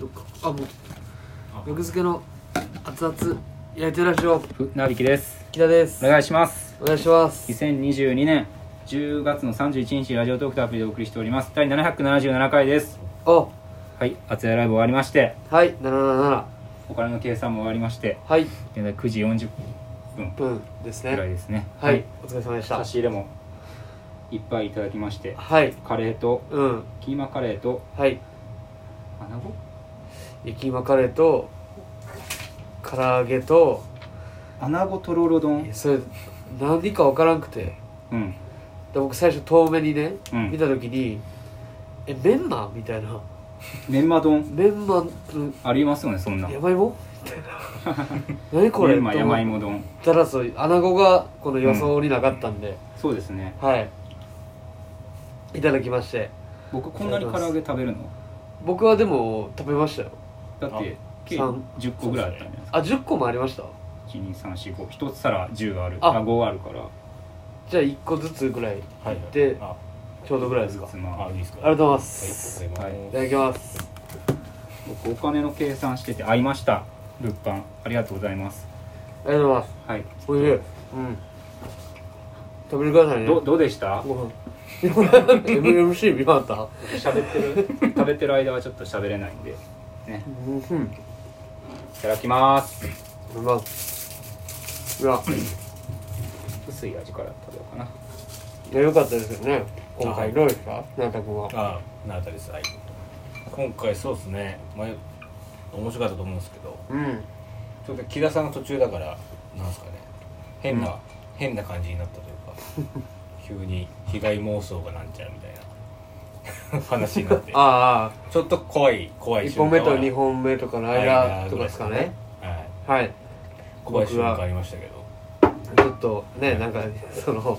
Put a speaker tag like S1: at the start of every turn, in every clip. S1: よっかあもう肉付けの熱々焼いてるラジオ
S2: ふなびきです
S1: 木田です
S2: お願いします
S1: お願いします
S2: 2022年10月の31日ラジオトークとアプリでお送りしております第777回です
S1: お
S2: はい熱いライブ終わりまして
S1: はい777
S2: お金の計算も終わりまして
S1: はい
S2: 現在9時40分
S1: うんです
S2: ぐらい
S1: ね
S2: ですね
S1: はい、お疲れ様でした
S2: 差し入れもいっぱいいただきまして
S1: はい
S2: カレーと
S1: うん
S2: キーマカレーと
S1: はい
S2: 穴子
S1: 焼きまカレーと唐揚げと
S2: 穴子とろろ丼
S1: それ何か分からんくてで
S2: うん
S1: 僕最初遠目にね、
S2: うん
S1: 見た時にえメンマみたいな
S2: メンマ丼
S1: メンマうん
S2: ありますよねそんな
S1: 山芋 みたいな何これ
S2: メンマ
S1: と思っ
S2: 山芋丼
S1: たらそう穴子がこの予想になかったんで、
S2: そうですね
S1: はいいただきまして
S2: 僕こんなに唐揚げ食べるの
S1: 僕はでも食べましたよ
S2: だって計
S1: 三
S2: 10個ぐらいあったんじゃないですか
S1: あ10個もありました
S2: 1 2 3 4 5一つ皿10ある
S1: あ
S2: あ五5あるから
S1: じゃあ1個ずつぐらい入って、
S3: あ
S1: ちょうどぐらいですか
S2: つま
S3: あいいですか
S1: ありがとうございま
S3: はい
S1: す、
S3: ありがとうござい
S1: い
S3: ま
S1: ただきます
S2: 僕お金の計算してて合いました物販ありがとうございます
S1: ありがとうございます
S2: はい
S1: おいしいうん食べてくださいね
S2: どどうでした
S1: ご飯 MMC 見まった
S2: 喋ってる 食べてる間はちょっと喋れないんでね
S1: うんうん
S2: いただきます
S1: うまいうわ
S2: 薄い味から食べようかない
S1: や良かったですよね今回どうですか成田君は
S3: あなたですはい今回そうですね前面白かったと思うんですけど
S1: うん
S3: ちょっと木田さんが途中だからなんですかね変な、変な感じになったというか 急に被害妄想がなんち ゃうみたいな話になって
S1: あ
S3: ちょっと怖い怖
S1: あ
S3: い
S1: 1
S3: 瞬
S1: 本
S3: 間
S1: 目
S3: は
S1: と2本目とかの
S3: は
S1: 間
S3: い
S1: とかですかね
S3: はい
S1: はい
S3: 怖い瞬
S1: 僕
S3: 間
S1: は
S3: ありましたけど
S1: ちょっとね なんかその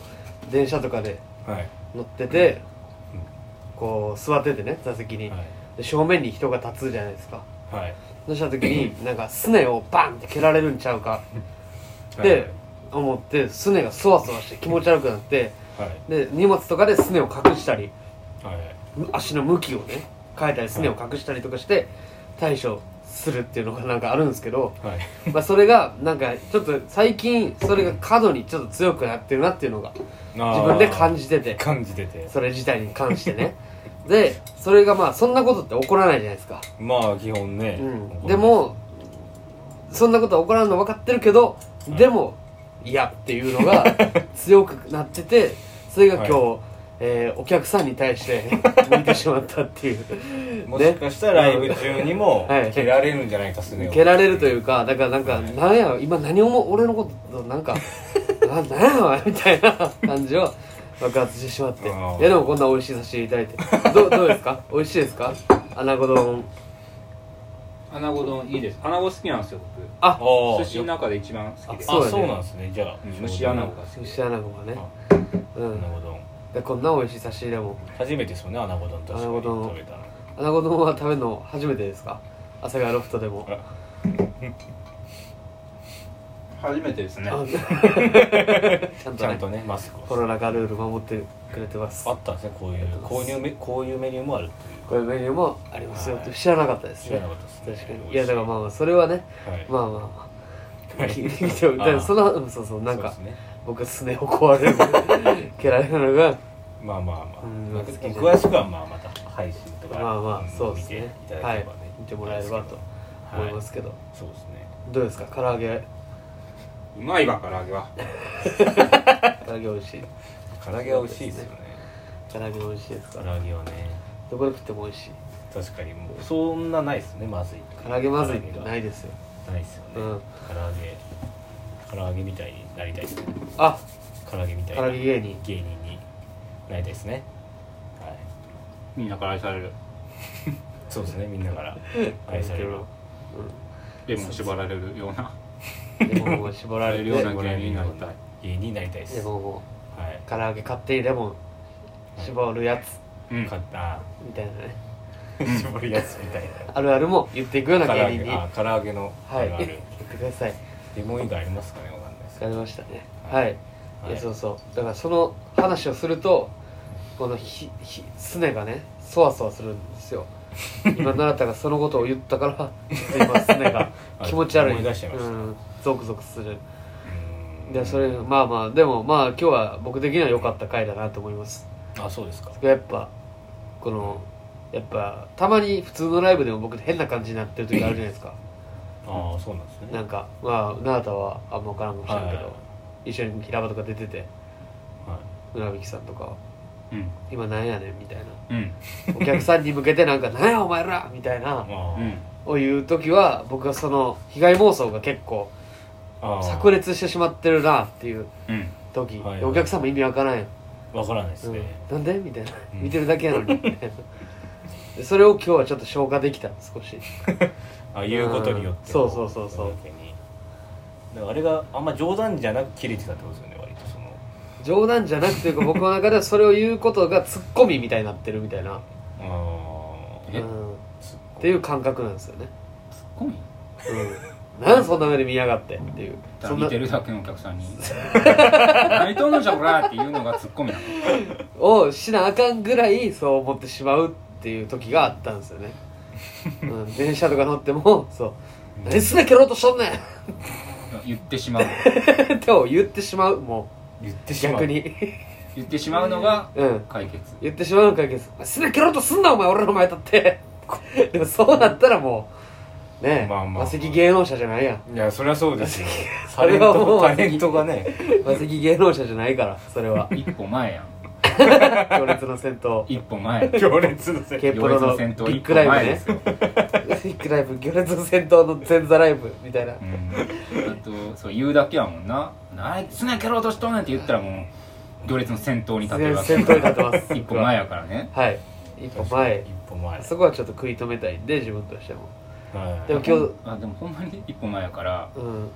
S1: 電車とかで
S3: はい
S1: 乗っててこう座っててね座席に
S3: はい
S1: で正面に人が立つじゃないですか
S3: はい
S1: そした時になんかすねをバンって蹴られるんちゃうかで思ってすねがそわそわして気持ち悪くなって
S3: はい
S1: で荷物とかですねを隠したり
S3: はいはい
S1: 足の向きをね変えたりすねを隠したりとかして対処するっていうのがなんかあるんですけど、
S3: はい
S1: まあ、それがなんかちょっと最近それが過度にちょっと強くなってるなっていうのが 自分で感じてて
S3: 感じてて
S1: それ自体に関して ねでそれがまあそんなことって起こらないじゃないですか、
S3: まあ基本ね、
S1: うん、でもそんなことは起こらんの分かってるけどでも嫌っていうの が強くなっててそれが今日、
S3: は
S1: えーお客さんに対して 向いてしまったっていう
S3: もしかしたらライブ中にも
S1: はい
S3: 蹴られるんじゃないかすねを
S1: 蹴られるというかだからなんか、
S3: はい
S1: なんや今何をも俺のことなん かななんやお前みたいな感じを爆発してしまってい
S3: あー
S1: やでもこんな美味しい差し入れいただいてどうどうですか美味しいですか穴子丼
S2: 穴子丼いいです穴子好きなんですよ僕
S3: あ
S1: あ
S3: ー
S2: 寿司の中で一番好きです
S3: あ
S1: そうだ
S3: そう,、
S1: ね
S3: なんですねじゃあ
S2: うん蒸し穴子が好
S1: 寿
S2: き
S1: 司穴子がねう
S3: 穴
S1: ん
S3: 子丼
S1: でこんな美味しい差し入れも
S3: 初めてですよね穴子丼確かに
S1: 穴子丼
S3: 食べたの
S1: 穴子丼は食べるの初めてですか朝がロフトでも
S3: あ
S2: 初めてですね
S1: あ ちゃん
S3: ち
S1: と
S3: ゃ
S1: ね
S3: んとねマスク
S1: コ
S3: を
S1: ロナ禍ルール守ってくれてます
S3: あったんですねこういう購入メこういうメニューもあるっていう
S1: こういうメニューもありますよって
S3: はい
S1: 知らなかったです
S3: 知
S1: ね
S3: らなかったです
S1: 確か
S3: ね美味し
S1: に
S3: い
S1: いやだからまあまあそれはね
S3: はい
S1: まあまあまあ
S3: はい
S1: 聞いてみてもだからそのうんそうそうなんか
S3: そうですね
S1: 僕すねを壊れる蹴られるのが
S3: まあまあまあ、
S1: うん
S3: まあ詳しくはまあまた配信とか
S1: まあまあそうですね
S3: 見ていた
S1: は
S3: だけれ
S1: い
S3: ばね、
S1: 見てもらえればと思いますけど
S3: そうですね
S1: どうですか唐揚げ
S2: うまいわ唐揚げは
S1: 唐揚げ美味しい
S3: 唐揚げは美味しいですよね
S1: 唐揚げ美味しいです
S3: 唐
S1: か
S3: 揚
S1: ら
S3: げはね
S1: どこで食っても美味しい
S3: 確かにもうそんなないですねまずい
S1: 唐揚げまずいってないいですよ
S3: ないですよね、
S1: うん
S3: 唐揚げ唐揚げみたいになりたいですね
S1: あ
S3: 唐揚げみたい
S1: 唐
S3: な
S1: 揚げ芸人
S3: 芸人になりたいですねはい
S2: みんなから愛される
S3: そうですねみんなから愛される
S2: レモン縛られるような
S1: うんレモンを絞られる
S2: レモン
S1: レ
S2: を芸人になりたい
S3: 芸人になりたいです
S1: モンを
S3: はい
S1: 唐揚げ勝手にレモン絞るやつ
S2: うん
S3: 買った
S1: みたいなね
S3: 絞るやつみたい
S1: あるあるも言っていくような
S3: な唐揚
S1: 芸人
S3: げ
S1: に
S3: あ唐揚げのあ
S1: はい
S3: るあ
S1: 言っ
S3: る
S1: てください
S3: レモン以外ありますかねわかんないです
S1: わ
S3: け
S1: か
S3: ど
S1: りましたねはい、、
S3: はいい
S1: やそうそうだからその話をするとこのひひすねがねそわそわするんですよ今習ったがそのことを言ったから今すね が気持ち悪い
S3: 思い出しちゃいました
S1: うん、ゾクゾクする
S3: うん
S1: でそれまあまあでもまあ今日は僕的には良かった回だなと思います
S3: あそうですか
S1: やっぱこのやっぱたまに普通のライブでも僕変な感じになってる時あるじゃない ですか
S3: ああそうなんですね
S1: なんかまあなたはあんま分からんかもしれんけど、
S3: は
S1: 一緒に平場とか出てて
S3: は
S1: 村引さんとか
S2: うん
S1: 「今なんやねん」みたいな
S2: うん
S1: お客さんに向けてなんか「なんやお前ら!」みたいない
S3: まあ
S2: うん
S1: を言う時は僕はその被害妄想が結構
S3: ああ
S1: 炸裂してしまってるなっていう
S2: うん
S1: 時、
S3: はいはい
S1: お客さんも意味わからんやん
S3: わからないですね、
S1: うん、なんでみたいな
S3: うん
S1: 見てるだけやの にみたいなでそれを今日はちょっと消化できた少し
S3: あ言うことによって
S1: うんそうそうそうそう
S3: だけにだからあれがあんま冗談じゃなく切れてたってことですよね割とその
S1: 冗談じゃなくて僕の中ではそれを言うことがツッコミみたいになってるみたいな、う
S3: あ
S2: え
S1: ん、っ
S3: ーす
S1: ていう感覚なんですよね、
S2: ツッコミ
S1: うん、なんでそんな目で見やがってっていうそん
S2: 見
S1: な
S2: てるだけのお客さんに「何とんのじゃこら!」っていうのがツッコミなの
S1: をしなあかんぐらいそう思ってしまうっていう時があったんですよね、うん、電車とか乗ってもそう「何すね蹴ろうとしとんねん!」
S2: 言ってしまう
S1: って言ってしまうも
S3: 言って
S1: う
S3: しまう
S1: 逆に
S2: 言ってしまうのが
S1: うん
S2: 解決
S1: 言ってしまうのかですすね蹴ろうとすんなお前俺の前立ってでもそうなったらもうねえ、
S3: まあまあ
S1: マセキ芸能者じゃないやん
S3: いやそりゃそうですよ
S1: そ
S3: タレ
S1: れ
S3: ン
S1: はも
S3: ト
S1: う
S3: タレントがね
S1: マセキ芸能者じゃないからそれは
S2: 一歩前やん
S1: 強烈の戦闘
S2: 一歩前
S3: 強烈のせい
S1: ケープロ
S2: 行
S1: の
S2: 列
S1: ビ
S2: 戦闘
S1: ッ
S2: 一
S1: グ
S2: 歩
S1: ライ
S2: 前
S1: ブ
S2: で
S1: ね
S2: すよ、
S1: ビッグライブ行列の戦闘の前座ライブみたいな、
S2: うん、あとそう言うだけやもんな「なすね蹴ろうとしとんねん」って言ったらもう行列の先頭に立てるわけ
S1: 先頭に立てます
S2: 一歩前やからね
S1: はい一歩前
S3: 一歩前
S1: そこはちょっと食い止めたいんで自分としても
S3: はい
S1: でも今日
S2: あでもほんまに一 歩前やから
S1: うん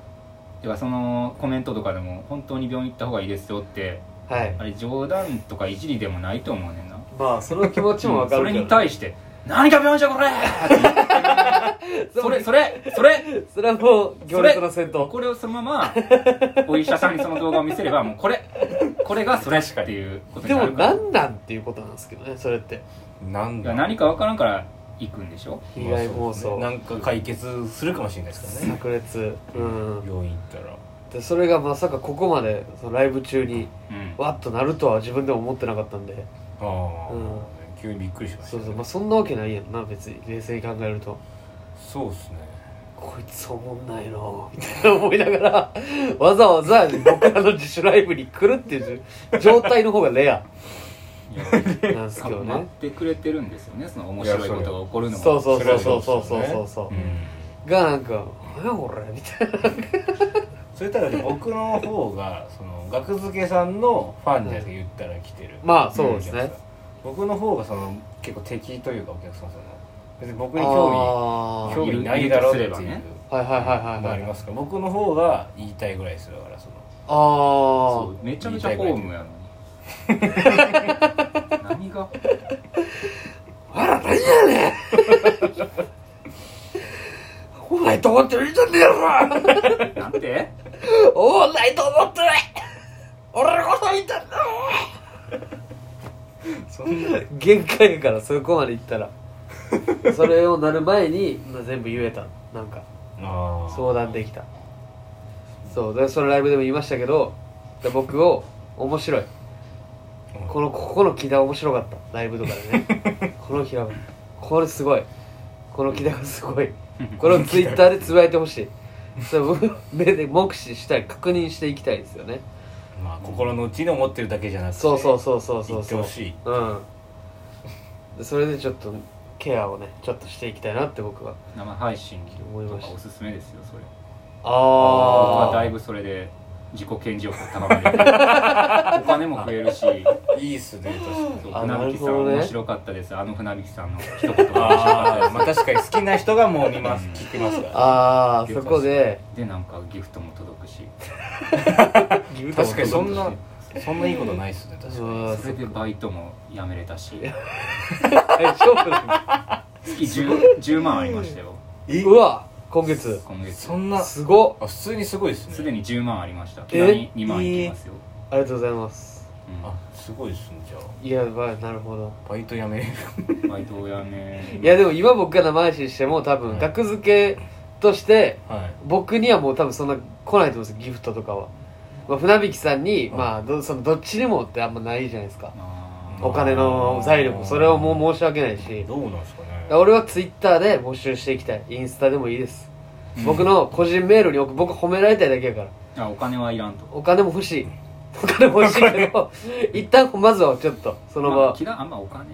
S2: てかそのコメントとかでも「本当に病院行った方がいいですよ」って
S1: はい
S2: あれ冗談とかいじりでもないと思うねんな
S1: まあその気持ちもわか
S2: そ
S1: る
S2: れ
S1: けど、
S2: に対して「何が病院じ ゃこれ!」それそれそれ
S1: それはもう行列の戦闘
S2: これをそのままお医者さんにその動画を見せればもうこれこれがそれっていうこと
S1: で
S2: にな
S1: も
S2: るから
S1: 何なんっていうことなんですけどねそれって
S3: なん
S2: いや
S3: だ
S2: 何か分からんから行くんでしょ
S1: 被害妄想、
S3: なんか解決するかもしれないですからね
S1: 炸裂うん
S3: 病院行ったら
S1: でそれがまさかここまでそのライブ中に
S2: うん
S1: わっとなるとは自分でも思ってなかったんで
S3: ああ、
S1: うん
S3: 急にびっくりしました
S1: そ
S3: ね、
S1: うそうまあそんなわけないやんな別に冷静に考えると
S3: そうですね
S1: こいつおもんないなぁみたいな思いながら わざわざ僕らの自主ライブに来るっていう状態の方がレア
S2: いや
S1: なんですけど
S2: 待
S1: ね
S2: ってくれてるんですよねその面白いことが起こるのは
S1: そうそうそう
S3: それ
S1: そ
S3: は
S1: うそ
S3: そうう
S1: そう
S3: ですよね
S1: そうそううんがなんか「何やこれ」みたいな
S3: それたらね僕の方がその学付けさんのファンじゃないですか言ったら来てる
S1: まあそうですね
S3: お客さん僕の方がその結構敵というかお客さんその別に僕に興
S1: あー
S3: 味興味ないだろうって
S2: い
S3: い
S2: るとす
S3: う
S2: ればね
S1: はいはいはい
S3: のが
S1: は
S3: あ
S1: い
S3: り
S1: はい
S3: ますから僕の方が言いたいぐらいですよだからその
S1: あ
S2: そうめちゃめちゃホームやのに何が
S1: ああら何やねんお前と思ってるんじゃねえやろ
S2: なんて
S1: お前と思ってない俺のこと見てんだ
S3: そんな
S1: 限界やからそこまでいったらそれをなる前に、まあ、全部言えたなんか
S3: あー
S1: 相談できたそうでそのライブでも言いましたけどで僕を面白い
S3: うん
S1: このここの木田面白かったライブとかで ねこの木田これすごいこの木田がすごいこれをツイッターでつぶやいてほしいそれ僕目で目視したり確認していきたいですよね
S3: まあ心の内に思ってるだけじゃなくて
S1: そうそうそうそうそう
S3: 言って
S1: そう
S3: ほしい
S1: うんでそれでちょっとケアをねちょっとしていきたいなって僕は
S2: 生配信
S1: 思い
S2: と
S1: ま
S2: か
S1: した
S2: おすすめですよそれ
S1: あ
S2: 僕は
S1: あ
S2: だいぶそれで自己顕示欲を高める お金も増えるし
S3: いいっすね確かに
S2: そう
S1: あ
S2: 船引さ
S1: なるほ
S2: ん
S1: どね
S2: 面白かったですあの船引さんの一言が面白かった
S3: あ
S2: で
S3: ーまあ確かに好きな人がもう見ます
S2: うん
S3: 聞きますから
S1: あーそこです
S2: でなんかギフトも届くし
S3: 確かにそんな
S2: そう
S3: そんないいことないっすね確か
S1: う
S3: に
S1: わ
S2: それでバイトも辞めれたし
S1: 大丈夫な
S2: 月 10, 10万ありましたよ
S1: のうわ今月
S2: 今月
S3: そんな
S1: すごっ
S3: あ普通にすごいですね
S2: すでに10万ありました
S1: え
S2: 昨日に2万いきますよ
S1: ありがとうございます
S3: あすごいですねじゃあ
S1: いやまあなるほど
S3: バイト辞める
S2: うんバイトをやめ
S1: いやでも今僕が生配信しても多分額付けとして
S3: はい
S1: 僕にはもう多分そんな来ないと思うんですよギフトとかは、まあ、船引さんに、
S3: うん
S1: まあどそのどっちにもってあんまないじゃないですか
S2: あー
S1: お金の財力それはもう申し訳ないし
S3: どうなんですかね
S1: 俺はツイッターで募集していきたいインスタでもいいです僕の個人メールに送僕褒められたいだけやから
S2: あお金はいらんと
S1: お金も欲しいお金も欲しいけど一旦まずはちょっとその
S2: まあ
S1: 場
S2: 嫌いあんまお金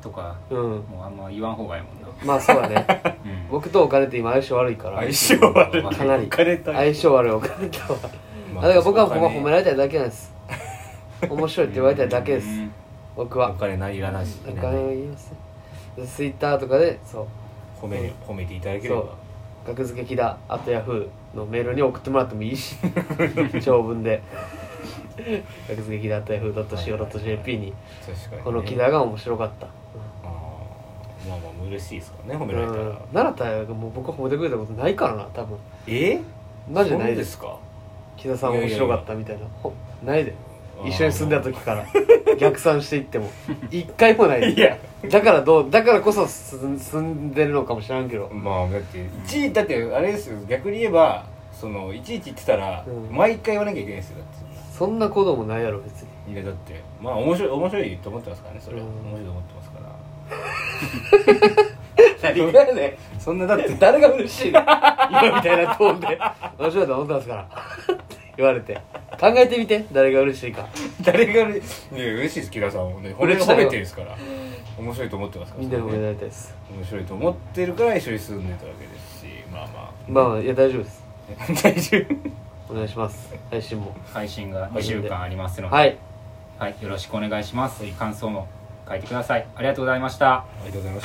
S2: とか
S1: うん
S2: もうあんま言わん方がいいもんな
S1: まあそうだね
S2: うん
S1: 僕とお金って今相性悪いから
S3: 相性悪い
S1: かなり
S3: お金と
S1: 相性悪いお金とはあだから僕はほんま褒められたいだけなんです面白いって言われたいだ けです
S2: うん
S1: 僕
S3: お
S1: は
S3: 金ないらないし
S1: お金を言いますねツイッターとかでそう
S3: 褒め褒めていただけれ
S1: そう
S3: ば
S1: 学付けキラーあとヤフーのメールに送ってもらってもいい し長文で学付けキラーあとヤフー .co.jp に
S3: 確かにね
S1: このキラーが面白かった
S3: あーまあまあ嬉しいですからね褒
S1: う
S3: められたら
S1: ん奈良田がもう僕は褒めてくれたことないからな多分
S3: え
S1: マジでない
S3: そう
S1: で
S3: ですすか
S1: 木田さん面白かったみたいなほないで
S3: あー
S1: 一緒に住んだ時から逆算していって も一回もない
S3: い
S1: で
S3: や
S1: だからどうだからこそ住ん住んでるのかもしらんけど
S3: まあだっていちいちだってあれですよ逆に言えばそのいちいち言ってたら、
S1: うん
S3: 毎回言わなきゃいけないですよだって
S1: そんなこともないやろ別に
S3: いやだってまあ面白い面白いと思ってますからねそれは、
S1: うん
S3: 面白いと思ってますから
S1: 何がやね
S3: そんなだって
S1: ん誰が嬉しいの今みたいなトーンで面白いと思ってますから言われて考えてみて誰が嬉しいか
S3: 誰がね嬉しいですキラさんもね褒め
S1: 嬉しいよ
S3: 褒めてるんですから面白いと思ってますから
S1: みんなに褒め
S3: それ
S1: ら
S3: ね
S1: れたいです
S3: 面白いと思ってるから一緒に住んでたわけですしまあま
S1: まあまあいや大丈夫です
S3: あ大丈夫
S1: お願いします配信も
S2: 配信が2週間ありますので、
S1: は
S2: はいいよろしくお願いします感想も書いてくださいありがとうございました
S3: ありがとうございました